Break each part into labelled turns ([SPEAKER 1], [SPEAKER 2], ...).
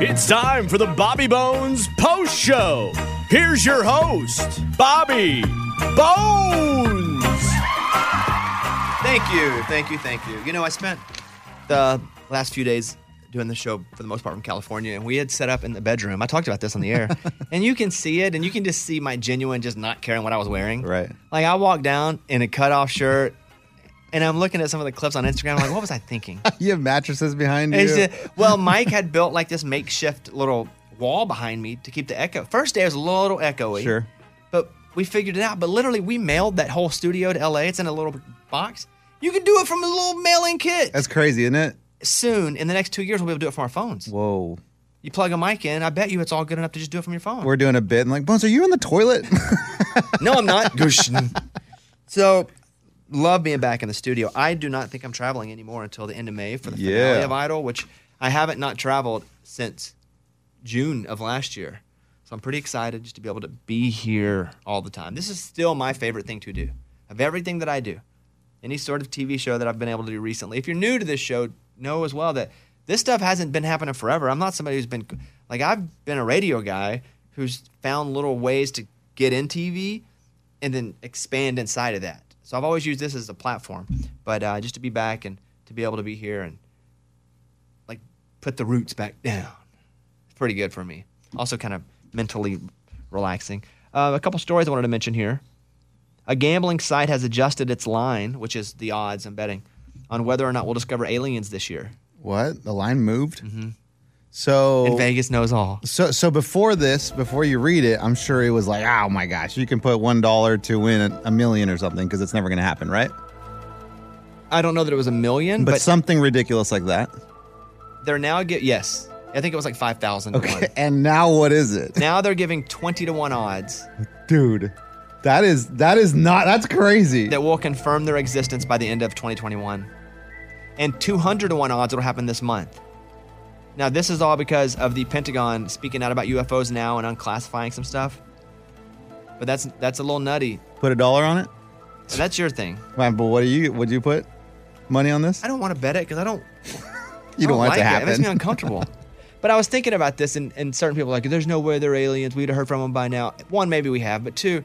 [SPEAKER 1] It's time for the Bobby Bones Post Show. Here's your host, Bobby Bones.
[SPEAKER 2] Thank you, thank you, thank you. You know, I spent the last few days doing the show for the most part from California, and we had set up in the bedroom. I talked about this on the air, and you can see it, and you can just see my genuine just not caring what I was wearing.
[SPEAKER 3] Right.
[SPEAKER 2] Like I walked down in a cutoff shirt, and I'm looking at some of the clips on Instagram. I'm like, what was I thinking?
[SPEAKER 3] You have mattresses behind you.
[SPEAKER 2] And she said, well, Mike had built like this makeshift little wall behind me to keep the echo. First day was a little echoey.
[SPEAKER 3] Sure.
[SPEAKER 2] But we figured it out. But literally, we mailed that whole studio to LA. It's in a little box. You can do it from a little mailing kit.
[SPEAKER 3] That's crazy, isn't it?
[SPEAKER 2] Soon, in the next two years, we'll be able to do it from our phones.
[SPEAKER 3] Whoa.
[SPEAKER 2] You plug a mic in, I bet you it's all good enough to just do it from your phone.
[SPEAKER 3] We're doing a bit and like, Bones, are you in the toilet?
[SPEAKER 2] no, I'm not. so, love being back in the studio. I do not think I'm traveling anymore until the end of May for the finale
[SPEAKER 3] Yeah.
[SPEAKER 2] of Idol, which I haven't not traveled since June of last year. So I'm pretty excited just to be able to be here all the time. This is still my favorite thing to do of everything that I do. Any sort of TV show that I've been able to do recently. If you're new to this show, know as well that this stuff hasn't been happening forever. I'm not somebody who's been like I've been a radio guy who's found little ways to get in TV and then expand inside of that. So I've always used this as a platform, but uh, just to be back and to be able to be here and like put the roots back down. It's pretty good for me. Also, kind of mentally relaxing. Uh, a couple stories I wanted to mention here. A gambling site has adjusted its line, which is the odds I'm betting, on whether or not we'll discover aliens this year.
[SPEAKER 3] what? The line moved? So
[SPEAKER 2] And Mm-hmm. Vegas knows all.
[SPEAKER 3] So, so before this, before you read it, I'm sure it was like, oh my gosh, you can put one dollar to win a million or something because it's never going to happen, right?
[SPEAKER 2] I don't know that it was a million,
[SPEAKER 3] But,
[SPEAKER 2] but,
[SPEAKER 3] something ridiculous like that.
[SPEAKER 2] they're now get yes. I think it was like five thousand.
[SPEAKER 3] Okay, and now what is it,
[SPEAKER 2] Now they're giving twenty to one odds
[SPEAKER 3] dude? That is that is not that's crazy.
[SPEAKER 2] that will confirm their existence by the end of 2021. And 200 to 1 odds it'll happen this month. Now, this is all because of the Pentagon speaking out about UFOs now and unclassifying some stuff. But that's that's a little nutty.
[SPEAKER 3] Put a dollar on it.
[SPEAKER 2] So that's your thing.
[SPEAKER 3] Man, but what do you would you put money on this?
[SPEAKER 2] I don't want to bet it because I don't
[SPEAKER 3] You don't, want it
[SPEAKER 2] like
[SPEAKER 3] to happen.
[SPEAKER 2] It. makes me uncomfortable. but I was thinking about this, and, and certain people are like, there's no way they're aliens. We'd have heard from them by now. One, maybe we have, but two,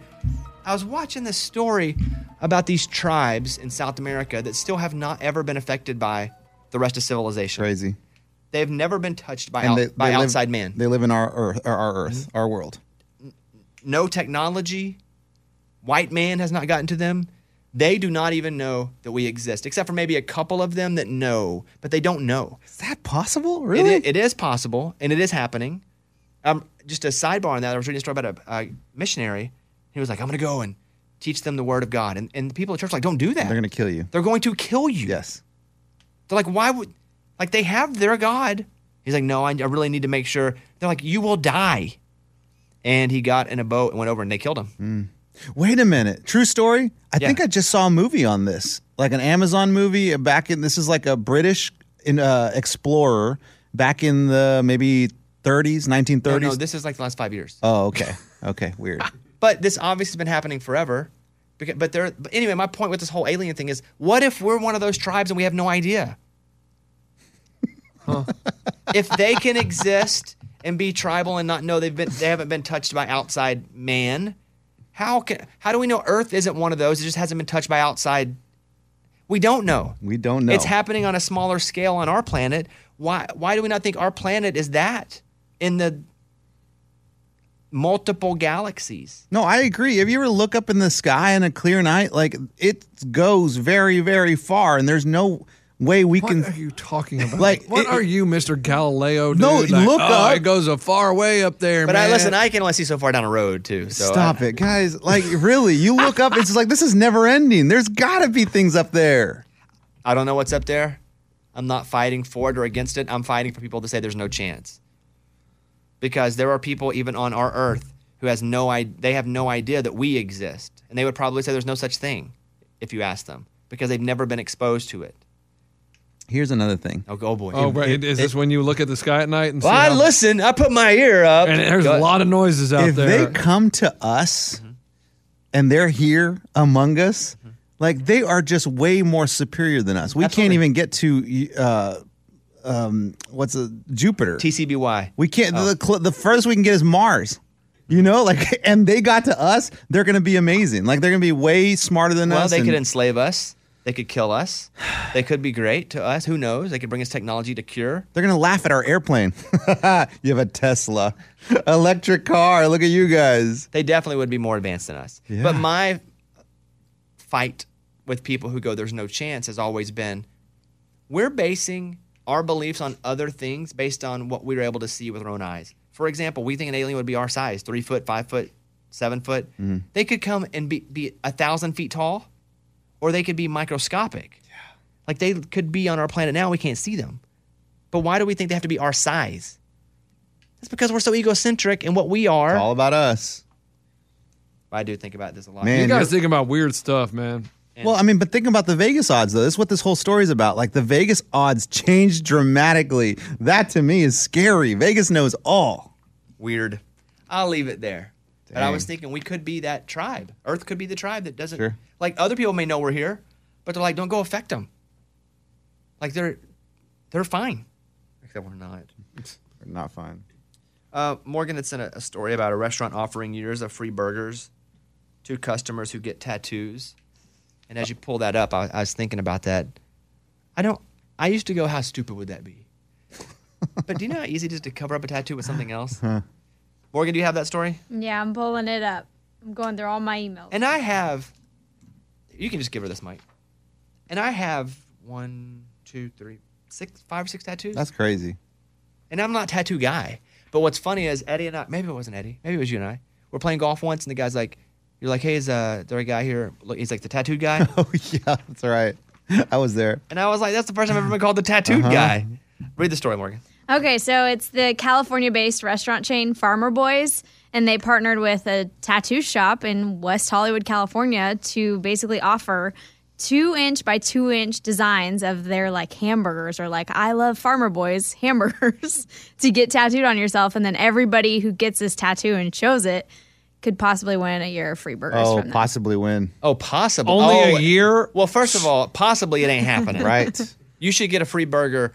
[SPEAKER 2] I was watching this story about these tribes in South America that still have not ever been affected by the rest of civilization.
[SPEAKER 3] crazy.
[SPEAKER 2] They've never been touched by, out,
[SPEAKER 3] they-
[SPEAKER 2] by
[SPEAKER 3] they live-
[SPEAKER 2] outside man.
[SPEAKER 3] They live in our earth, or our earth, our world.
[SPEAKER 2] no technology. White man has not gotten to them. They do not even know that we exist, except for maybe a couple of them that know, but they don't know.
[SPEAKER 3] Is that possible?
[SPEAKER 2] It
[SPEAKER 3] Really?
[SPEAKER 2] i- it is possible, and it is happening. Um, just a sidebar on that. I was reading a story about a, a missionary. He was like, "I'm going to go and teach them the word of God," and and the people at church were like, "Don't do that.
[SPEAKER 3] They're gonna kill you.
[SPEAKER 2] They're going to kill you."
[SPEAKER 3] Yes.
[SPEAKER 2] They're like, "Why would?" Like they have their God. He's like, "No, I, I really need to make sure." They're like, "You will die," and he got in a boat and went over, and they killed him.
[SPEAKER 3] Mm-hmm. Wait a minute. True story. I
[SPEAKER 2] Yeah.
[SPEAKER 3] think I just saw a movie on this, like an Amazon movie back in. This is like a British in, uh, explorer back in the maybe 30s, 1930s.
[SPEAKER 2] No, no, this is like the last five years.
[SPEAKER 3] oh, okay, okay, weird.
[SPEAKER 2] But this obviously has been happening forever. Because, but there. But anyway, my point with this whole alien thing is, what if we're one of those tribes and we have no idea? if they can exist and be tribal and not know they've been, they haven't been touched by outside man. How can? How do we know Earth isn't one of those? It just hasn't been touched by outside. We don't know.
[SPEAKER 3] We don't know.
[SPEAKER 2] It's happening on a smaller scale on our planet. Why? Why do we not think our planet is that in the multiple galaxies?
[SPEAKER 3] No, I agree. If you ever look up in the sky in a clear night, like it goes very, very far, and there's no way we
[SPEAKER 4] What
[SPEAKER 3] can.
[SPEAKER 4] are you talking about?
[SPEAKER 3] Like,
[SPEAKER 4] what
[SPEAKER 3] it-
[SPEAKER 4] are you, Mister Galileo? Dude?
[SPEAKER 3] No,
[SPEAKER 4] Like,
[SPEAKER 3] look
[SPEAKER 4] oh,
[SPEAKER 3] up.
[SPEAKER 4] It goes a far way up there,
[SPEAKER 2] But
[SPEAKER 4] man.
[SPEAKER 2] I listen. I can only see so far down a road too. So
[SPEAKER 3] Stop it, guys! Like, really, you look up. It's just like this is never ending. There's got to be things up there.
[SPEAKER 2] I, I don't know what's up there. I'm not fighting for it or against it. I'm fighting for people to say there's no chance. Because there are people even on our Earth who has no I- they have no idea that we exist, and they would probably say there's no such thing if you ask them because they've never been exposed to it.
[SPEAKER 3] Here's another thing.
[SPEAKER 2] Oh, go oh boy.
[SPEAKER 4] Oh, right. Is this when you look at the sky at night and
[SPEAKER 2] Well,
[SPEAKER 4] see
[SPEAKER 2] I
[SPEAKER 4] how-
[SPEAKER 2] listen. I put my ear up.
[SPEAKER 4] And there's a
[SPEAKER 2] Go-
[SPEAKER 4] lot of noises out
[SPEAKER 3] if
[SPEAKER 4] there.
[SPEAKER 3] they come to us
[SPEAKER 2] Mm-hmm.
[SPEAKER 3] and they're here among us, like they are just way more superior than us. We can't even get to uh, um, what's a Jupiter?
[SPEAKER 2] TCBY.
[SPEAKER 3] we can't.
[SPEAKER 2] Oh.
[SPEAKER 3] The, cl- the furthest we can get is Mars. You know, like, and they got to us. They're going to be amazing. Like, they're going to be way smarter than
[SPEAKER 2] Well,
[SPEAKER 3] us.
[SPEAKER 2] they
[SPEAKER 3] and-
[SPEAKER 2] could enslave us. They could kill us. They could be great to us. Who knows? They could bring us technology to cure.
[SPEAKER 3] They're gonna laugh at our airplane. you have a Tesla, electric car. Look at you guys.
[SPEAKER 2] They definitely would be more advanced than us. But my fight with people who go, there's no chance, has always been we're basing our beliefs on other things based on what we were able to see with our own eyes. For example, we think an alien would be our size three foot, five foot, seven foot. They could come and be, be a thousand feet tall, or they could be microscopic. Like they could be on our planet now, we can't see them. But why do we think they have to be our size? That's because we're so egocentric in what we are.
[SPEAKER 3] It's all about us.
[SPEAKER 2] I do think about this a lot.
[SPEAKER 3] Man.
[SPEAKER 4] You
[SPEAKER 3] And
[SPEAKER 4] guys
[SPEAKER 3] you're-
[SPEAKER 4] think about weird stuff, man.
[SPEAKER 3] Well, I mean, but think about the Vegas odds, though. This is what this whole story is about. Like the Vegas odds changed dramatically. That to me is scary. Vegas knows all.
[SPEAKER 2] Weird. I'll leave it there. But I was
[SPEAKER 3] Dang.
[SPEAKER 2] thinking we could be that tribe. Earth could be the tribe that doesn't
[SPEAKER 3] Sure.
[SPEAKER 2] like other people may know we're here, but they're like, don't go affect them. Like they're they're fine. Except we're not.
[SPEAKER 3] Not fine.
[SPEAKER 2] Uh, Morgan had sent a, a story about a restaurant offering years of free burgers to customers who get tattoos. And as you pull that up, I, I was thinking about that. I don't. I used to go, how stupid would that be? but do you know how easy it is to cover up a tattoo with something else? Morgan, do you have that story?
[SPEAKER 5] Yeah, I'm pulling it up. I'm going through all my emails.
[SPEAKER 2] And I have. You can just give her this mic. And I have one, two, three, six, five or six tattoos.
[SPEAKER 3] That's crazy.
[SPEAKER 2] And I'm not a tattoo guy. But what's funny is Eddie and I, maybe it wasn't Eddie, maybe it was you and I. We're playing golf once, and the guy's like, "You're like, hey, is uh, there a guy here? Look, he's like the tattooed guy."
[SPEAKER 3] Oh yeah, that's right. I was there.
[SPEAKER 2] and I was like, "That's the first time I've ever been called the tattooed
[SPEAKER 4] Uh-huh.
[SPEAKER 2] guy." Read the story, Morgan.
[SPEAKER 5] Okay, so it's the California based restaurant chain Farmer Boys, and they partnered with a tattoo shop in West Hollywood, California to basically offer two inch by two inch designs of their like hamburgers or like I love Farmer Boys hamburgers to get tattooed on yourself. And then everybody who gets this tattoo and shows it could possibly win a year of free burgers
[SPEAKER 3] Oh,
[SPEAKER 5] from them.
[SPEAKER 3] possibly win.
[SPEAKER 2] Oh, possible.
[SPEAKER 4] Only
[SPEAKER 2] Oh,
[SPEAKER 4] a year.
[SPEAKER 2] Well, first of all, possibly it ain't happening.
[SPEAKER 3] Right.
[SPEAKER 2] You should get a free burger.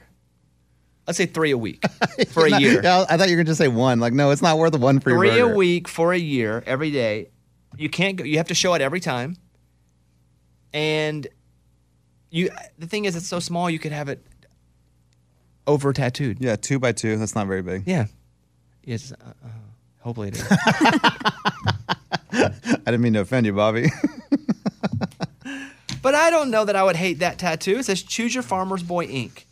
[SPEAKER 2] Let's say three a week for a
[SPEAKER 3] Not-
[SPEAKER 2] year.
[SPEAKER 3] Yeah, I thought you were gonna say one. Like, no, it's not worth one free
[SPEAKER 2] three
[SPEAKER 3] burger.
[SPEAKER 2] a week for a year every day you can't go you have to show it every time and you the thing is it's so small you could have it over tattooed
[SPEAKER 3] Yeah, two by two. That's not very big.
[SPEAKER 2] yeah it's uh, uh, hopefully it is
[SPEAKER 3] I didn't mean to offend you, Bobby.
[SPEAKER 2] but i don't know that i would hate that tattoo it says choose your farmer's boy ink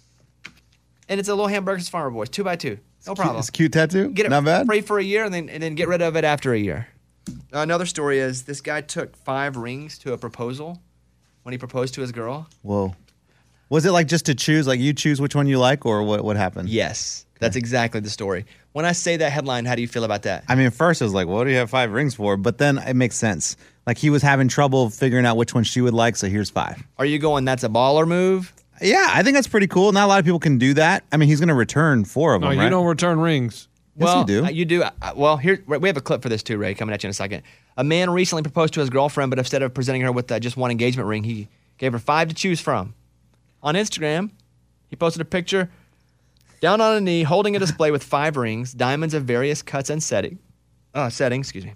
[SPEAKER 2] and it's a little hamburger's farmer boys two by two no problem
[SPEAKER 3] it's a cute tattoo.
[SPEAKER 2] get it
[SPEAKER 3] not bad.
[SPEAKER 2] free for a year and then and then get rid of it after a year. Another story is this guy took five rings to a proposal when he proposed to his girl.
[SPEAKER 3] Whoa. Was it like just to choose, like you choose which one you like, or what, what happened?
[SPEAKER 2] Yes, that's exactly the story. When I say that headline, how do you feel about that?
[SPEAKER 3] I mean, at first it was like, what do you have five rings for? But then it makes sense. Like he was having trouble figuring out which one she would like, so here's five.
[SPEAKER 2] Are you going, that's a baller move?
[SPEAKER 3] Yeah, I think that's pretty cool. Not a lot of people can do that. I mean, he's going to return four of
[SPEAKER 4] No,
[SPEAKER 3] them.
[SPEAKER 4] you
[SPEAKER 3] right?
[SPEAKER 4] don't return rings.
[SPEAKER 3] Yes,
[SPEAKER 2] well,
[SPEAKER 3] you do.
[SPEAKER 2] uh, You do. I- I- Well, here we have a clip for this too, Ray, coming at you in a second. A man recently proposed to his girlfriend, but instead of presenting her with uh, just one engagement ring, he gave her five to choose from. On Instagram, he posted a picture down on a knee, holding a display with five rings, diamonds of various cuts and setting, uh, setting. Excuse me.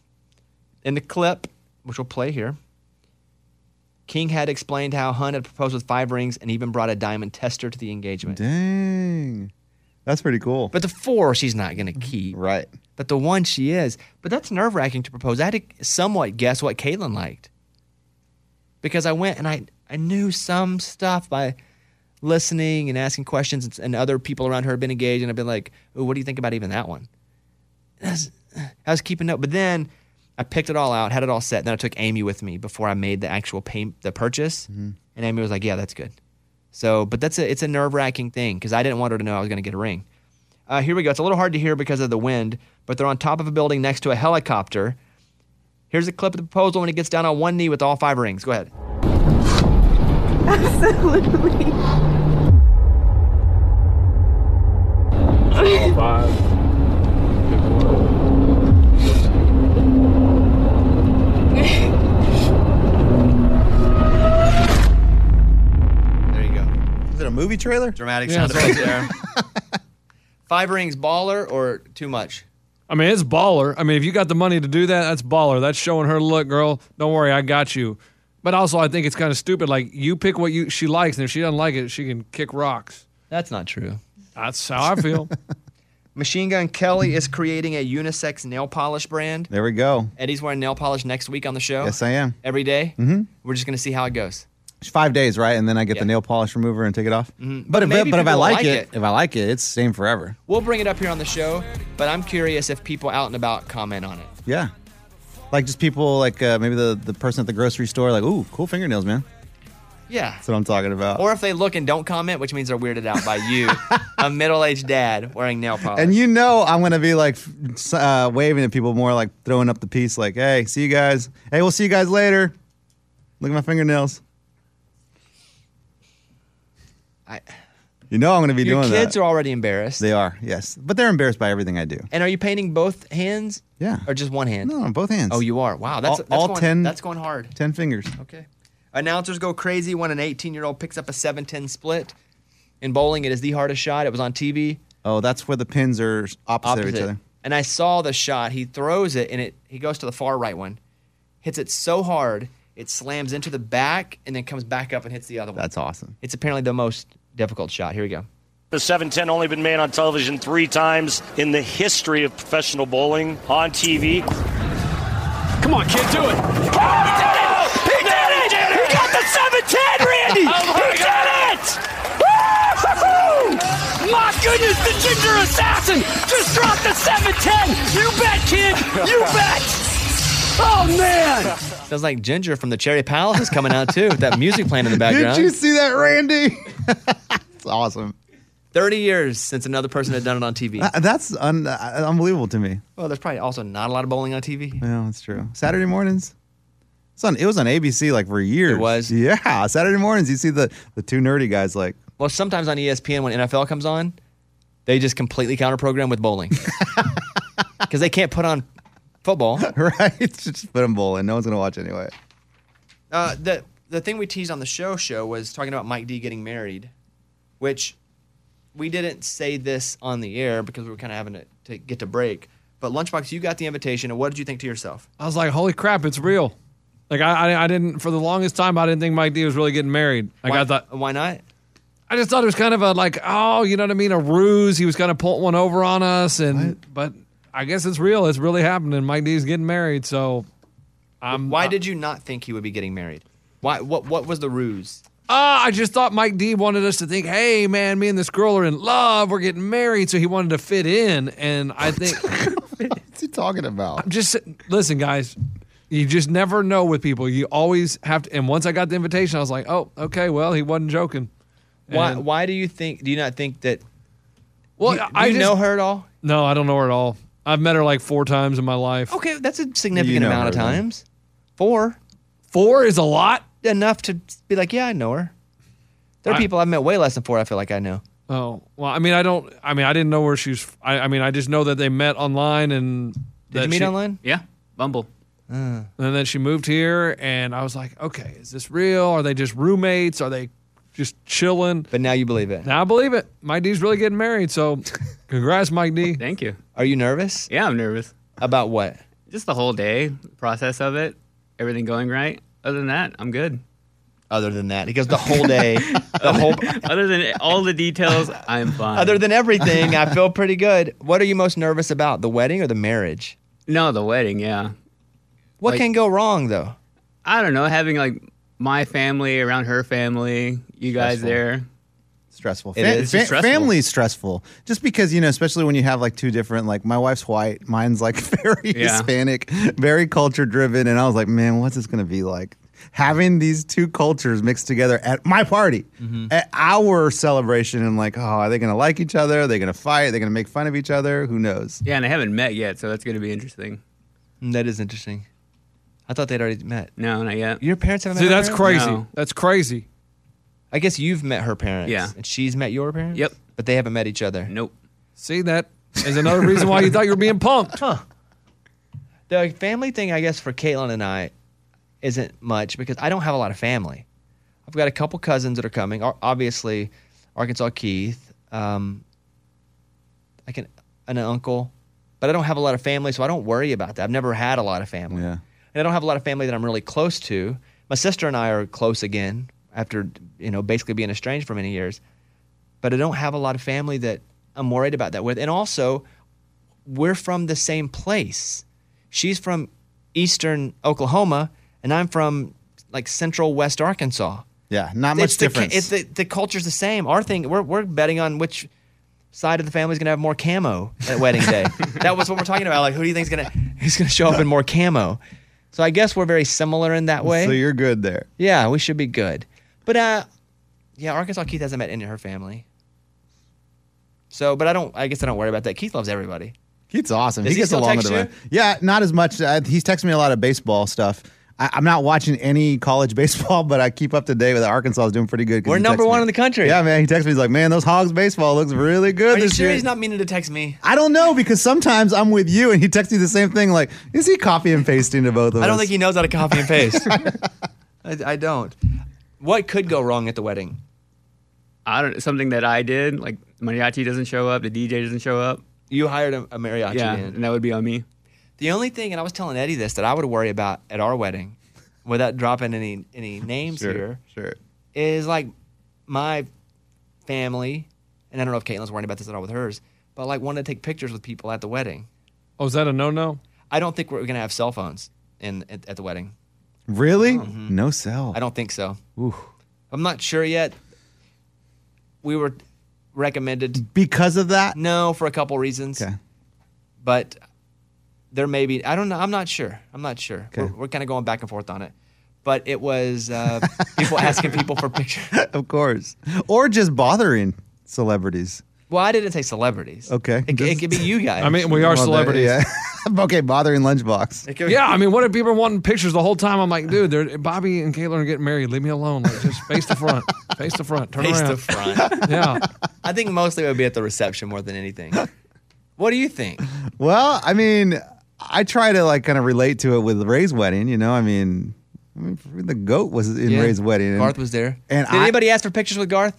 [SPEAKER 2] In the clip, which we'll play here, King had explained how Hun had proposed with five rings and even brought a diamond tester to the engagement.
[SPEAKER 3] Dang. That's pretty cool.
[SPEAKER 2] But the four she's not going to keep.
[SPEAKER 3] right.
[SPEAKER 2] But the one she is, but that's nerve wracking to propose. I had to somewhat guess what Caitlin liked because I went and I, I knew some stuff by listening and asking questions, and, and other people around her had been engaged, and I've been like, Ooh, what do you think about even that one? That's- I was keeping up, but then I picked it all out, had it all set. Then I took Amy with me before I made the actual pay, the purchase, and Amy was like, "Yeah, that's good." So, but that's a it's a nerve wracking thing because I didn't want her to know I was going to get a ring. Uh, here we go. It's a little hard to hear because of the wind, but they're on top of a building next to a helicopter. Here's a clip of the proposal when he gets down on one knee with all five rings. Go ahead. There you go.
[SPEAKER 3] Is it a movie trailer?
[SPEAKER 2] Dramatic
[SPEAKER 4] Yeah,
[SPEAKER 2] sound
[SPEAKER 4] that's
[SPEAKER 2] effects there. Five rings, baller or too much?
[SPEAKER 4] I mean, it's baller. I mean, if you got the money to do that, that's baller. That's showing her, look, girl, don't worry, I got you. But also, I think it's kind of stupid. Like, you pick what you she likes, and if she doesn't like it, she can kick rocks.
[SPEAKER 2] That's not true.
[SPEAKER 4] That's how I feel.
[SPEAKER 2] Machine Gun Kelly is creating a unisex nail polish brand.
[SPEAKER 3] There we go.
[SPEAKER 2] Eddie's wearing nail polish next week on the show.
[SPEAKER 3] Yes, I am.
[SPEAKER 2] Every Mm-hmm. We're just gonna see how it goes.
[SPEAKER 3] It's five days, right? And then I get
[SPEAKER 2] Yeah. Mm-hmm.
[SPEAKER 3] the nail polish remover and take it off. But, if,
[SPEAKER 2] Maybe
[SPEAKER 3] but if I
[SPEAKER 2] people
[SPEAKER 3] like,
[SPEAKER 2] like
[SPEAKER 3] it,
[SPEAKER 2] it.
[SPEAKER 3] if I like it, it's the same forever.
[SPEAKER 2] We'll bring it up here on the show, but I'm curious if people out and about comment on it.
[SPEAKER 3] Yeah. Like just people like uh, maybe the, the person at the grocery store, like, ooh, cool fingernails, man.
[SPEAKER 2] Yeah.
[SPEAKER 3] That's what I'm talking about.
[SPEAKER 2] Or if they look and don't comment, which means they're weirded out by you, a middle-aged dad wearing nail polish.
[SPEAKER 3] and you know I'm gonna be like f- uh, waving at people more, like throwing up the piece, like, "Hey, see you guys. Hey, we'll see you guys later. Look at my fingernails."
[SPEAKER 2] I-
[SPEAKER 3] you know I'm gonna be
[SPEAKER 2] Your
[SPEAKER 3] doing
[SPEAKER 2] kids
[SPEAKER 3] that.
[SPEAKER 2] are already embarrassed.
[SPEAKER 3] they are, yes, but they're embarrassed by everything I do.
[SPEAKER 2] and are you painting both hands?
[SPEAKER 3] Yeah.
[SPEAKER 2] Or just one hand?
[SPEAKER 3] No, on both hands.
[SPEAKER 2] Oh, you are. Wow, that's
[SPEAKER 3] All-
[SPEAKER 2] that's
[SPEAKER 3] all
[SPEAKER 2] going,
[SPEAKER 3] 10
[SPEAKER 2] That's going hard.
[SPEAKER 3] ten fingers.
[SPEAKER 2] Okay. Announcers go crazy when an 18-year-old picks up a 7-10 split. In bowling, it is the hardest shot. It was on TV.
[SPEAKER 3] Oh, that's where the pins are opposite, of each
[SPEAKER 2] opposite.
[SPEAKER 3] other.
[SPEAKER 2] And I saw the shot. He throws it, and it he goes to the far right one, hits it so hard it slams into the back, and then comes back up and hits the other one.
[SPEAKER 3] That's awesome.
[SPEAKER 2] It's apparently the most difficult shot. Here we go.
[SPEAKER 6] The 710 only been made on television three times in the history of professional bowling on TV.
[SPEAKER 1] Come on, kid, do it.
[SPEAKER 6] He did it! He got the 710, Randy! he did it! Woo-hoo-hoo! My goodness, the ginger assassin just dropped the 710! You bet, kid! You bet! Oh, man!
[SPEAKER 2] Sounds like Ginger from the Cherry Palace is coming out too. with that music playing in the background.
[SPEAKER 3] Did you see that, Randy? It's awesome.
[SPEAKER 2] Thirty years since another person had done it on TV.
[SPEAKER 3] Uh, That's un- uh, unbelievable to me.
[SPEAKER 2] Well, there's probably also not a lot of bowling on TV.
[SPEAKER 3] Yeah, that's true. Saturday mornings. It's on, it was on ABC like for years.
[SPEAKER 2] was?
[SPEAKER 3] Yeah. Saturday mornings, you see the, the two nerdy guys like,
[SPEAKER 2] Well, sometimes on E ESPN when NFL comes on, they just completely counter-program with bowling because they can't put on football.
[SPEAKER 3] right? Just put them bowling. No one's going to watch anyway.
[SPEAKER 2] Uh, the the thing we teased on the show show was talking about Mike D getting married, which we didn't say this on the air because we were kind of having to, to get to break. But lunchbox, you got the invitation, and what did you think to yourself?
[SPEAKER 4] I was like, holy crap, it's real. Like, I, I, I didn't, for the longest time, I didn't think Mike D was really getting married. Like,
[SPEAKER 2] why,
[SPEAKER 4] I thought,
[SPEAKER 2] why not?
[SPEAKER 4] I just thought it was kind of a like, oh, you know what I mean, a ruse. He was kind of pulling one over on us, and but I guess it's real. It's really happening. Mike D's getting married, so I'm.
[SPEAKER 2] Why
[SPEAKER 4] I,
[SPEAKER 2] did you not think he would be getting married? Why? What? What was the ruse?
[SPEAKER 4] Ah, I just thought Mike D wanted us to think, hey man, me and this girl are in love. We're getting married, so he wanted to fit in, and I think
[SPEAKER 3] What's he talking about?
[SPEAKER 4] just listen, guys. You just never know with people. You always have to. And once I got the invitation, I was like, oh, okay, well, he wasn't joking.
[SPEAKER 2] Why?
[SPEAKER 4] And-
[SPEAKER 2] Why do you think? Do you not think that?
[SPEAKER 4] Well,
[SPEAKER 2] do
[SPEAKER 4] I
[SPEAKER 2] you
[SPEAKER 4] just,
[SPEAKER 2] know her at all?
[SPEAKER 4] No, I don't know her at all. I've met her like four times in my life.
[SPEAKER 2] Okay, that's a significant
[SPEAKER 3] know
[SPEAKER 2] amount of
[SPEAKER 3] her, then.
[SPEAKER 2] times. Four
[SPEAKER 4] Four is a lot.
[SPEAKER 2] enough to be like, yeah, I know her. There are
[SPEAKER 4] I-
[SPEAKER 2] people I've met way less than four. I feel like I know.
[SPEAKER 4] Oh well, I mean, I don't. I mean, I didn't know where she was. I, I mean, I just know that they met online and
[SPEAKER 2] Did
[SPEAKER 4] that
[SPEAKER 2] you meet
[SPEAKER 4] she-
[SPEAKER 2] online?
[SPEAKER 7] Yeah, Bumble.
[SPEAKER 4] And then she moved here, and I was like, okay, is this real? Are they just roommates? Are they just chilling?
[SPEAKER 2] But now you believe it.
[SPEAKER 4] Now I believe it. Mike D's really getting married, so congrats, Mike D.
[SPEAKER 7] Thank you.
[SPEAKER 2] Are you nervous
[SPEAKER 7] Yeah, I'm nervous.
[SPEAKER 2] about what?
[SPEAKER 7] Just the whole day process of it, everything going right. Other than that, I'm good.
[SPEAKER 2] Other than that, he goes the whole day, the whole.
[SPEAKER 7] Other than all the details, I'm fine.
[SPEAKER 2] Other than everything, I feel pretty good. What are you most nervous about, the wedding or the marriage?
[SPEAKER 7] no, the wedding. Yeah,
[SPEAKER 2] What
[SPEAKER 7] Like-
[SPEAKER 2] can go wrong though?
[SPEAKER 7] I don't know. Having like my family around her family, you guys
[SPEAKER 2] Stressful.
[SPEAKER 7] there.
[SPEAKER 3] Stressful.
[SPEAKER 2] It is. It's
[SPEAKER 7] stressful.
[SPEAKER 3] Family's stressful. Just because, you know, especially when you have like two different, like my wife's white, mine's like very
[SPEAKER 7] Yeah.
[SPEAKER 3] Hispanic, very culture driven. And I was like, man, what's this going to be like? Having these two cultures mixed together at my party,
[SPEAKER 2] Mm-hmm.
[SPEAKER 3] at our celebration, and like, oh, are they going to like each other? Are they going to fight? Are they going to make fun of each other? Who knows?
[SPEAKER 7] Yeah, and I haven't met yet, so that's gonna be interesting.
[SPEAKER 2] Mm, That is interesting. I thought they'd already met.
[SPEAKER 7] No, not yet.
[SPEAKER 2] Your parents haven't
[SPEAKER 4] See,
[SPEAKER 2] met. her
[SPEAKER 4] that's
[SPEAKER 2] parents?
[SPEAKER 4] crazy.
[SPEAKER 7] No.
[SPEAKER 4] That's crazy.
[SPEAKER 2] I guess you've met her parents.
[SPEAKER 7] Yeah.
[SPEAKER 2] And she's met your parents.
[SPEAKER 7] Yep.
[SPEAKER 2] But they haven't met each other.
[SPEAKER 7] Nope.
[SPEAKER 4] See, that is another reason why you thought you were being punked.
[SPEAKER 2] The family thing, I guess, for Caitlin and I isn't much because I don't have a lot of family. I've got a couple cousins that are coming. Ar- Obviously, Arkansas Keith. Um, I like an, an uncle, but I don't have a lot of family, so I don't worry about that. I've never had a lot of family.
[SPEAKER 3] Yeah.
[SPEAKER 2] And I don't have a lot of family that I'm really close to. My sister and I are close again after, you know, basically being estranged for many years. But I don't have a lot of family that I'm worried about that with. And also, we're from the same place. She's from eastern Oklahoma, and I'm from like central west Arkansas.
[SPEAKER 3] Yeah, not much
[SPEAKER 2] it's the, ca-
[SPEAKER 3] difference.
[SPEAKER 2] It's the, the culture's the same. Our thing, we're, we're betting on which side of the family's going to have more camo at wedding day. that was what we're talking about. Like, who do you think's going to who's going to show up in more camo? So I guess we're very similar in that way.
[SPEAKER 3] so you're good there.
[SPEAKER 2] yeah, we should be good. But uh, yeah, Arkansas Keith hasn't met any of her family. So, but I don't. I guess I don't worry about that. Keith loves everybody.
[SPEAKER 3] Keith's awesome.
[SPEAKER 2] Does
[SPEAKER 3] he,
[SPEAKER 2] he
[SPEAKER 3] gets
[SPEAKER 2] still
[SPEAKER 3] along with
[SPEAKER 2] text
[SPEAKER 3] the
[SPEAKER 2] you?
[SPEAKER 3] run. Yeah, not as much. I, he's texting me a lot of baseball stuff. I, I'm not watching any college baseball, but I keep up to date with Arkansas is doing pretty good. 'cause
[SPEAKER 2] We're
[SPEAKER 3] he
[SPEAKER 2] number
[SPEAKER 3] texts me.
[SPEAKER 2] one in the country.
[SPEAKER 3] Yeah, man. He texts me. He's like, man, those Hogs baseball looks really good
[SPEAKER 2] Are you
[SPEAKER 3] this
[SPEAKER 2] sure
[SPEAKER 3] year.
[SPEAKER 2] he's not meaning to text me?
[SPEAKER 3] I don't know because sometimes I'm with you and he texts me the same thing. Like, is he copy and pasting to both of us?
[SPEAKER 2] I don't think he knows how to copy and paste. I, I don't. What could go wrong at the wedding?
[SPEAKER 7] I don't something that I did like mariachi doesn't show up, the DJ doesn't show up.
[SPEAKER 2] You hired a, a mariachi
[SPEAKER 7] Yeah,
[SPEAKER 2] band.
[SPEAKER 7] and that would be on me.
[SPEAKER 2] The only thing, and I was telling Eddie this, that I would worry about at our wedding, without dropping any any names
[SPEAKER 3] Sure,
[SPEAKER 2] here,
[SPEAKER 3] sure.
[SPEAKER 2] is like my family, and I don't know if Caitlin's worrying about this at all with hers, but like wanting to take pictures with people at the wedding.
[SPEAKER 4] Oh, is that a no no?
[SPEAKER 2] I don't think we're gonna have cell phones in at, at the wedding.
[SPEAKER 3] Really? No sell.
[SPEAKER 2] Mm-hmm. I don't think so. I'm not sure yet. We were recommended
[SPEAKER 3] because of that.
[SPEAKER 2] no for a couple reasons.
[SPEAKER 3] Okay.
[SPEAKER 2] but there may be i don't know i'm not sure i'm not sure
[SPEAKER 3] Okay.
[SPEAKER 2] we're, we're kind of going back and forth on it but it was uh, people asking people for pictures
[SPEAKER 3] Of course. Or just bothering celebrities.
[SPEAKER 2] well i didn't say celebrities
[SPEAKER 3] Okay.
[SPEAKER 2] it, it
[SPEAKER 3] Just-
[SPEAKER 2] could be you guys
[SPEAKER 4] I mean, we are
[SPEAKER 3] Well, there-
[SPEAKER 4] celebrities.
[SPEAKER 3] yeah. okay, bothering lunchbox.
[SPEAKER 2] It could be-
[SPEAKER 4] Yeah, I mean, what if people are wanting pictures the whole time? I'm like, dude, they're, Bobby and Caitlin are getting married. Leave me alone. Like, just face the front, face the front, turn
[SPEAKER 2] face
[SPEAKER 4] around.
[SPEAKER 2] to front
[SPEAKER 4] yeah,
[SPEAKER 2] i think mostly it would be at the reception more than anything what do you think
[SPEAKER 3] Well, I mean, I try to like kind of relate to it with Ray's wedding. You know, I mean, I mean the goat was in
[SPEAKER 2] Yeah.
[SPEAKER 3] Ray's wedding. and-
[SPEAKER 2] garth was there
[SPEAKER 3] and
[SPEAKER 2] did
[SPEAKER 3] I-
[SPEAKER 2] anybody ask for pictures with garth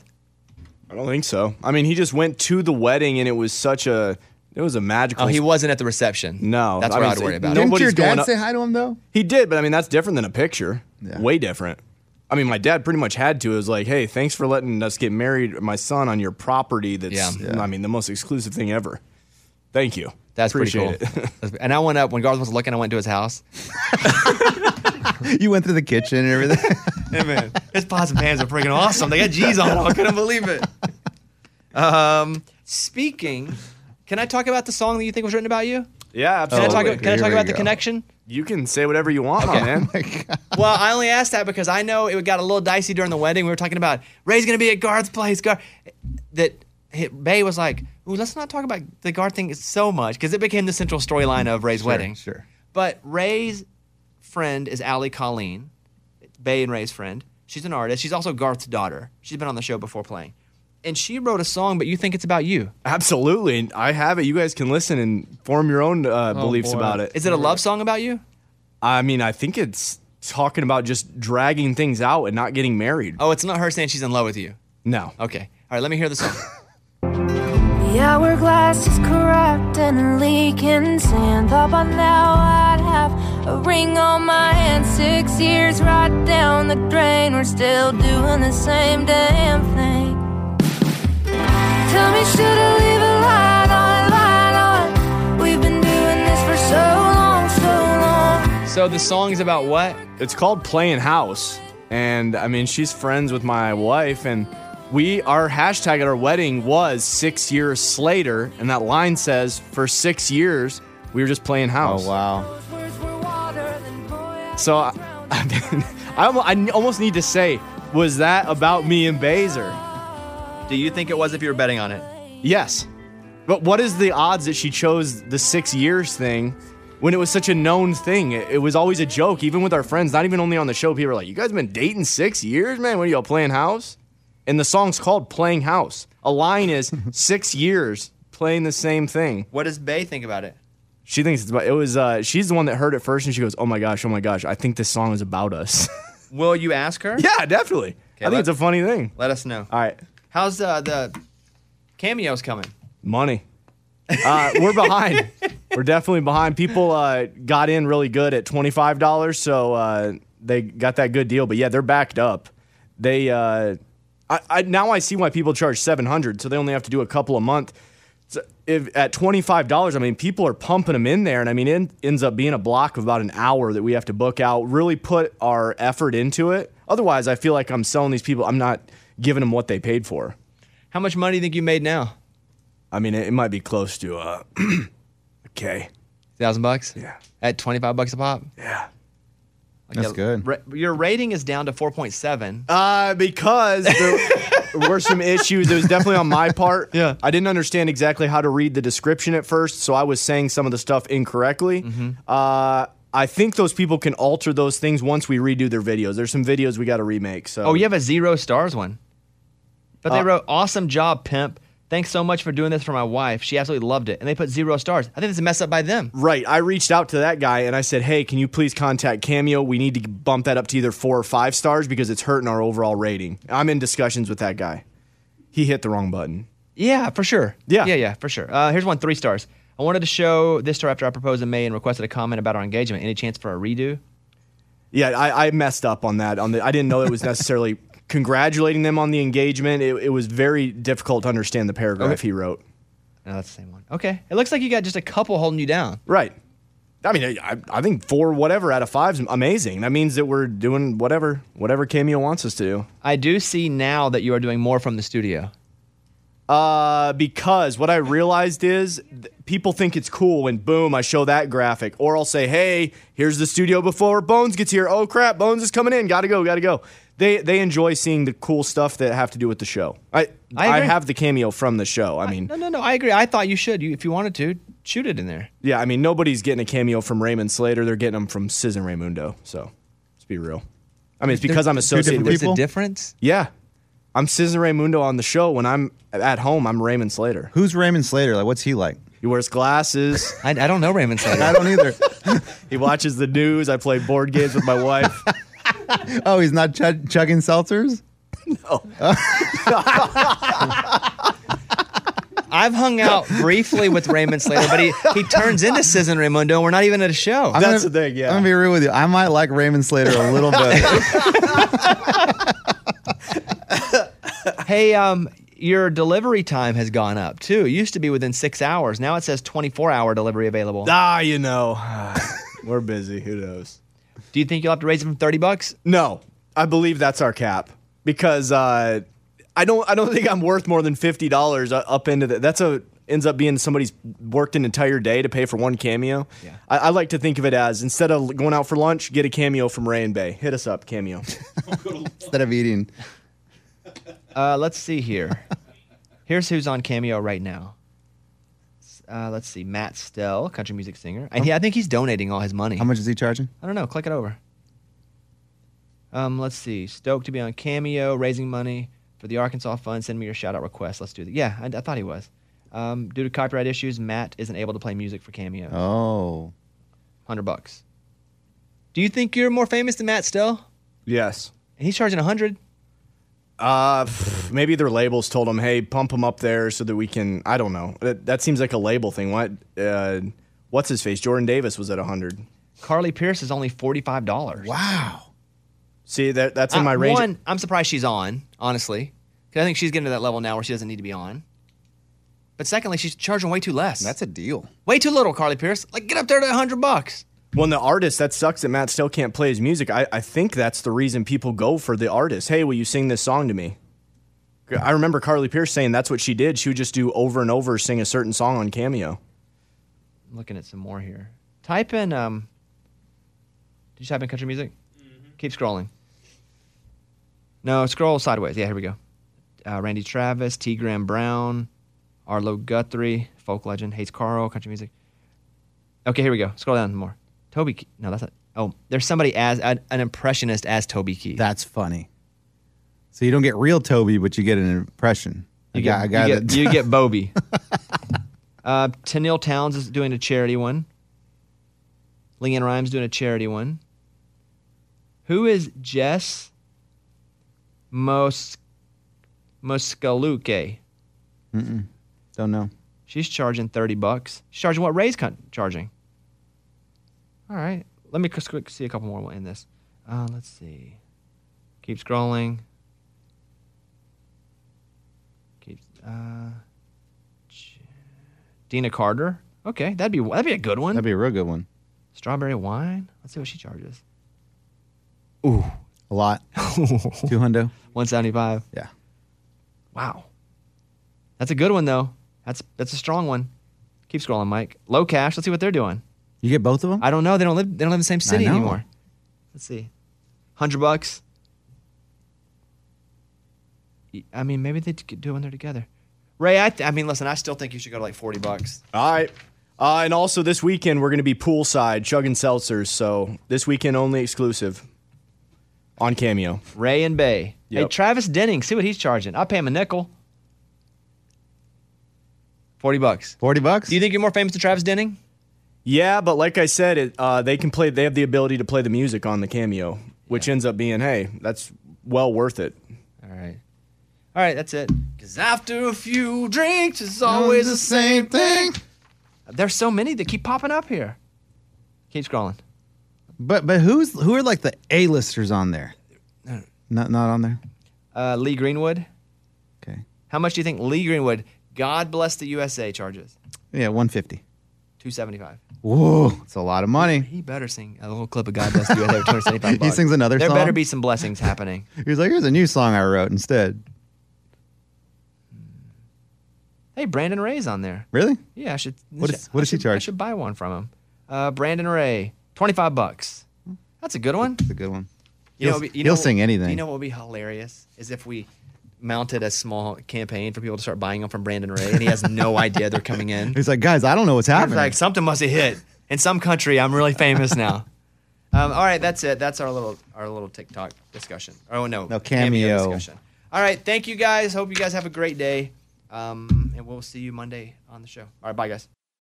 [SPEAKER 1] I don't think so. I mean, he just went to the wedding, and it was such a it was a magical.
[SPEAKER 2] oh he wasn't at the reception
[SPEAKER 1] No,
[SPEAKER 2] that's
[SPEAKER 1] I
[SPEAKER 2] what
[SPEAKER 1] mean,
[SPEAKER 2] i'd worry about
[SPEAKER 1] no-
[SPEAKER 3] Didn't
[SPEAKER 1] nobody's
[SPEAKER 3] your
[SPEAKER 1] going
[SPEAKER 3] dad
[SPEAKER 1] up-
[SPEAKER 3] say hi to him though?
[SPEAKER 1] He did, but I mean that's different than a picture.
[SPEAKER 3] Yeah.
[SPEAKER 1] Way different. I mean, my dad pretty much had to. It was like, hey, thanks for letting us get married, my son, on your property. That's,
[SPEAKER 2] Yeah.
[SPEAKER 1] I mean, the most exclusive thing ever. Thank you.
[SPEAKER 2] that's
[SPEAKER 1] Appreciate
[SPEAKER 2] pretty cool
[SPEAKER 1] It.
[SPEAKER 2] That's- and i went up when garth was looking i went to his house
[SPEAKER 3] You went through the kitchen and everything.
[SPEAKER 2] Hey man, his pots and pans are freaking awesome. They got G's on them. I couldn't believe it. Um, speaking, can I talk about the song that you think was written about you?
[SPEAKER 1] yeah,
[SPEAKER 2] Can I
[SPEAKER 1] absolutely.
[SPEAKER 2] talk?
[SPEAKER 3] Oh, wait,
[SPEAKER 2] can I
[SPEAKER 3] here
[SPEAKER 2] talk
[SPEAKER 3] we
[SPEAKER 2] about the
[SPEAKER 3] go.
[SPEAKER 2] connection?
[SPEAKER 1] you can say whatever you want,
[SPEAKER 2] Okay.
[SPEAKER 1] man.
[SPEAKER 2] Well, I only asked that because I know it got a little dicey during the wedding. We were talking about Ray's gonna be at Garth's place. Garth, that hit, Bay was like, "Ooh, let's not talk about the Garth thing so much because it became the central storyline of Ray's wedding."
[SPEAKER 3] sure.
[SPEAKER 2] But Ray's friend is Allie Colleen, Bay and Ray's friend. She's an artist. She's also Garth's daughter. She's been on the show before playing, and she wrote a song. But you think it's about you?
[SPEAKER 1] absolutely. And I have it. You guys can listen and form your own uh, beliefs
[SPEAKER 4] boy.
[SPEAKER 1] about it.
[SPEAKER 2] Is it a love song about you?
[SPEAKER 1] I mean, I think it's talking about just dragging things out and not getting married.
[SPEAKER 2] Oh, it's not her saying she's in love with you.
[SPEAKER 1] No.
[SPEAKER 2] Okay. All right. Let me hear the song.
[SPEAKER 8] The hourglass is cracked and a leaking sand. Thought by now I'd have a ring on my hand. Six years right down the drain. We're still doing the same damn thing. Tell me, should I leave a light on, light on? We've been doing this for so long, so long.
[SPEAKER 2] so the song is about what?
[SPEAKER 1] It's called Playing House. And I mean, she's friends with my wife. And we, our hashtag at our wedding was six years Slater. And that line says, for six years, we were just playing house.
[SPEAKER 3] Oh wow.
[SPEAKER 8] Those words were water, then boy, I
[SPEAKER 1] So I,
[SPEAKER 8] was drowned.
[SPEAKER 1] I, mean, I, almo- I almost need to say, was that about me and Baser?
[SPEAKER 2] Do you think it was if you were betting on it?
[SPEAKER 1] Yes. But what is the odds that she chose the six years thing when it was such a known thing? It, it was always a joke, even with our friends, not even only on the show. People were like, You guys been dating six years, man? What are y'all playing house? And the song's called Playing House. A line is six years playing the same thing.
[SPEAKER 2] What does Bay think about it?
[SPEAKER 1] She thinks it's about it was uh she's the one that heard it first and she goes, Oh my gosh, oh my gosh, I think this song is about us.
[SPEAKER 2] Will you ask her?
[SPEAKER 1] yeah, definitely. I think
[SPEAKER 2] let-
[SPEAKER 1] it's a funny thing.
[SPEAKER 2] Let us know.
[SPEAKER 1] All right.
[SPEAKER 2] How's uh, the cameos coming?
[SPEAKER 1] Money. Uh, we're behind. we're definitely behind. People uh, got in really good at twenty five dollars, so uh, they got that good deal. But yeah, they're backed up. They uh, I, I, now I see why people charge seven hundred. So they only have to do a couple a month. So if at twenty five dollars, I mean, people are pumping them in there, and I mean, it ends up being a block of about an hour that we have to book out. Really put our effort into it. Otherwise, I feel like I'm selling these people. I'm not giving them what they paid for.
[SPEAKER 2] How much money do you think you made now?
[SPEAKER 1] I mean, it, it might be close to uh, okay.
[SPEAKER 2] Thousand bucks.
[SPEAKER 1] Yeah.
[SPEAKER 2] At twenty five bucks a pop.
[SPEAKER 1] Yeah.
[SPEAKER 3] That's
[SPEAKER 2] Yeah,
[SPEAKER 3] good.
[SPEAKER 2] ra- your rating is down to four point seven.
[SPEAKER 1] Uh, because there were some issues. It was definitely on my part.
[SPEAKER 2] Yeah.
[SPEAKER 1] I didn't understand exactly how to read the description at first, so I was saying some of the stuff incorrectly.
[SPEAKER 2] Mm-hmm.
[SPEAKER 1] Uh, I think those people can alter those things once we redo their videos. There's some videos we got to remake. So
[SPEAKER 2] Oh, you have a zero stars one. But they
[SPEAKER 1] Uh,
[SPEAKER 2] wrote, "Awesome job, pimp. Thanks so much for doing this for my wife. She absolutely loved it." And they put zero stars. I think it's a mess up by them.
[SPEAKER 1] Right. I reached out to that guy and I said, hey, can you please contact Cameo? We need to bump that up to either four or five stars because it's hurting our overall rating. I'm in discussions with that guy. He hit the wrong button.
[SPEAKER 2] Yeah, for sure.
[SPEAKER 1] Yeah.
[SPEAKER 2] yeah, yeah, for sure. Uh, here's one three stars. I wanted to show this to her after I proposed in May and requested a comment about our engagement. Any chance for a redo?
[SPEAKER 1] Yeah, I, I messed up on that. On the, I didn't know it was necessarily congratulating them on the engagement. It, it was very difficult to understand the paragraph
[SPEAKER 2] Okay.
[SPEAKER 1] he wrote.
[SPEAKER 2] No, that's the same one. Okay, it looks like you got just a couple holding you down.
[SPEAKER 1] Right. I mean, I, I think four whatever out of five's amazing. That means that we're doing whatever whatever Cameo wants us to do.
[SPEAKER 2] I do see now that you are doing more from the studio.
[SPEAKER 1] Uh, because what I realized is th- people think it's cool when boom, I show that graphic, or I'll say, "Hey, here's the studio before Bones gets here." Oh crap, Bones is coming in. Gotta go, gotta go. They they enjoy seeing the cool stuff that have to do with the show. I
[SPEAKER 2] I
[SPEAKER 1] I,
[SPEAKER 2] agree.
[SPEAKER 1] have the cameo from the show. I mean,
[SPEAKER 2] No, no, no. I agree. I thought you should. You, if you wanted to, shoot it in there.
[SPEAKER 1] yeah, I mean nobody's getting a cameo from Raymond Slater. They're getting them from Sis and Raymundo. So let's be real. I mean, it's because I'm associated
[SPEAKER 3] different
[SPEAKER 1] with
[SPEAKER 2] There's a
[SPEAKER 3] People?
[SPEAKER 2] difference.
[SPEAKER 1] yeah. I'm Sis and Raymundo on the show. When I'm at home, I'm Raymond Slater.
[SPEAKER 3] Who's Raymond Slater? Like, what's he like?
[SPEAKER 1] He wears glasses.
[SPEAKER 2] I, I don't know Raymond
[SPEAKER 3] I
[SPEAKER 2] Slater.
[SPEAKER 3] don't either.
[SPEAKER 1] He watches the news. I play board games with my wife.
[SPEAKER 3] oh, he's not chug chugging seltzers.
[SPEAKER 2] I've hung out briefly with Raymond Slater, but he, he turns into Susan Raimundo, and we're not even at a show.
[SPEAKER 3] I'm
[SPEAKER 1] That's
[SPEAKER 3] gonna-
[SPEAKER 1] the thing, yeah.
[SPEAKER 3] I'm gonna be real with you. I might like Raymond Slater a little bit.
[SPEAKER 2] Hey, um, your delivery time has gone up too. It used to be within six hours. Now it says 24 hour delivery available.
[SPEAKER 1] ah, you know, we're busy. Who knows?
[SPEAKER 2] Do you think you'll have to raise it from 30 bucks?
[SPEAKER 1] No, I believe that's our cap because uh, I don't. I don't think I'm worth more than fifty dollars up into that. That's a ends up being somebody's worked an entire day to pay for one cameo.
[SPEAKER 2] Yeah.
[SPEAKER 1] I, I like to think of it as instead of going out for lunch, get a cameo from Ray and Bay. Hit us up, cameo.
[SPEAKER 3] instead of eating.
[SPEAKER 2] Uh, let's see here. Here's who's on Cameo right now. Uh, let's see, Matt Stell, country music singer, and he, I think he's donating all his money.
[SPEAKER 3] How much is he charging?
[SPEAKER 2] I don't know. Click it over. Um, let's see. Stoked to be on Cameo, raising money for the Arkansas Fund. Send me your shout out request. Let's do that. Yeah, I, I thought he was. Um, due to copyright issues, Matt isn't able to play music for Cameo.
[SPEAKER 3] Oh,
[SPEAKER 2] Hundred bucks. Do you think you're more famous than Matt Stell?
[SPEAKER 1] yes.
[SPEAKER 2] And he's charging a hundred.
[SPEAKER 1] Uh, pff, maybe their labels told them, "Hey, pump them up there so that we can." I don't know. That, that seems like a label thing. What? Uh, what's his face? Jordan Davis was at hundred.
[SPEAKER 2] Carly Pierce is only forty five dollars. Wow.
[SPEAKER 1] See, that that's in my range.
[SPEAKER 2] Uh, One, I'm surprised she's on, honestly, because I think she's getting to that level now where she doesn't need to be on. But secondly, she's charging way too less.
[SPEAKER 3] that's a deal.
[SPEAKER 2] way too little, Carly Pierce. Like, get up there to a hundred bucks.
[SPEAKER 1] Well, and the artist that sucks that Matt still can't play his music. I, I think that's the reason people go for the artist. Hey, will you sing this song to me? I remember Carly Pierce saying that's what she did. She would just do over and over, sing a certain song on Cameo.
[SPEAKER 2] I'm looking at some more here. Type in um. Did you type in country music? Keep scrolling. No, scroll sideways. Yeah, here we go. Uh, Randy Travis, T. Graham Brown, Arlo Guthrie, folk legend, hates Carl, country music. Okay, here we go. Scroll down more. Toby. Ke- No, that's not. Oh, there's somebody as an, an impressionist as Toby Keith.
[SPEAKER 3] That's funny. So you don't get real Toby, but you get an impression.
[SPEAKER 2] you
[SPEAKER 3] I got, I
[SPEAKER 2] get,
[SPEAKER 3] got
[SPEAKER 2] you
[SPEAKER 3] it.
[SPEAKER 2] get, you get Bobby. uh, Tennille Towns is doing a charity one. Leanne Rhymes doing a charity one. Who is Jess Mos Moscaluke?
[SPEAKER 3] don't know.
[SPEAKER 2] She's charging 30 bucks. She's charging what Ray's con- charging. All right. Let me just quick see a couple more. We'll end this. Uh, let's see. Keep scrolling. Keep. Uh, Ch- Dina Carter. Okay, that'd be that'd be a good one.
[SPEAKER 3] That'd be a real good one.
[SPEAKER 2] Strawberry wine. Let's see what she charges.
[SPEAKER 3] A lot. Two hundo.
[SPEAKER 2] 175.
[SPEAKER 3] Yeah.
[SPEAKER 2] Wow. That's a good one though. That's that's a strong one. Keep scrolling, Mike. Low cash. Let's see what they're doing.
[SPEAKER 3] You get both of them?
[SPEAKER 2] I don't know. They don't live. They don't live in the same city
[SPEAKER 3] know.
[SPEAKER 2] anymore. Let's see. Hundred bucks. Y- I mean, maybe they could do it when they're together. Ray, I, th- I mean, listen, I still think you should go to like forty bucks.
[SPEAKER 1] All right. Uh, and also this weekend we're going to be poolside chugging seltzers, so this weekend only exclusive on Cameo.
[SPEAKER 2] Ray and Bay. Hey,
[SPEAKER 1] Yep.
[SPEAKER 2] Travis Denning. See what he's charging. I'll pay him a nickel. Forty bucks.
[SPEAKER 3] 40 bucks?
[SPEAKER 2] Do you think you're more famous than Travis Denning?
[SPEAKER 1] Yeah, but like I said, it, uh, they can play. They have the ability to play the music on the Cameo, which ends up being hey, that's well worth it.
[SPEAKER 2] All right. All right, that's it. Because after a few drinks, it's always the same thing. There's so many that keep popping up here. Keep scrolling.
[SPEAKER 3] but but who's who are like the A-listers on there? Not not on there.
[SPEAKER 2] Uh, Lee Greenwood.
[SPEAKER 3] Okay.
[SPEAKER 2] How much do you think Lee Greenwood, God bless the USA, charges?
[SPEAKER 3] Yeah, 150.
[SPEAKER 2] 275
[SPEAKER 3] Whoa, it's a lot of money.
[SPEAKER 2] He better sing a little clip of God bless the USA for 275
[SPEAKER 3] He
[SPEAKER 2] bucks.
[SPEAKER 3] sings another
[SPEAKER 2] There
[SPEAKER 3] song?
[SPEAKER 2] better be some blessings happening.
[SPEAKER 3] He's like, here's a new song I wrote instead.
[SPEAKER 2] Hey, Brandon Ray's on there.
[SPEAKER 3] Really?
[SPEAKER 2] Yeah, I should. I
[SPEAKER 3] What
[SPEAKER 2] should-
[SPEAKER 3] is-
[SPEAKER 2] I
[SPEAKER 3] what does he
[SPEAKER 2] should- I
[SPEAKER 3] charge?
[SPEAKER 2] should buy one from him. Uh, Brandon Ray, 25 bucks. That's a good one.
[SPEAKER 3] It's a good one.
[SPEAKER 2] You know,
[SPEAKER 3] He'll-
[SPEAKER 2] what would be- you
[SPEAKER 3] he'll
[SPEAKER 2] know what-
[SPEAKER 3] sing anything.
[SPEAKER 2] You know what would be hilarious is if we mounted a small campaign for people to start buying them from Brandon Ray, and he has no idea they're coming in.
[SPEAKER 3] He's like, guys, I don't know what's
[SPEAKER 2] I was
[SPEAKER 3] happening.
[SPEAKER 2] like, something must have hit in some country. I'm really famous now. Um, all right, that's it. That's our little our little TikTok discussion. Oh no,
[SPEAKER 3] No, Cameo.
[SPEAKER 2] discussion. All right, thank you guys. Hope you guys have a great day, um, and we'll see you Monday on the show. All right, bye guys.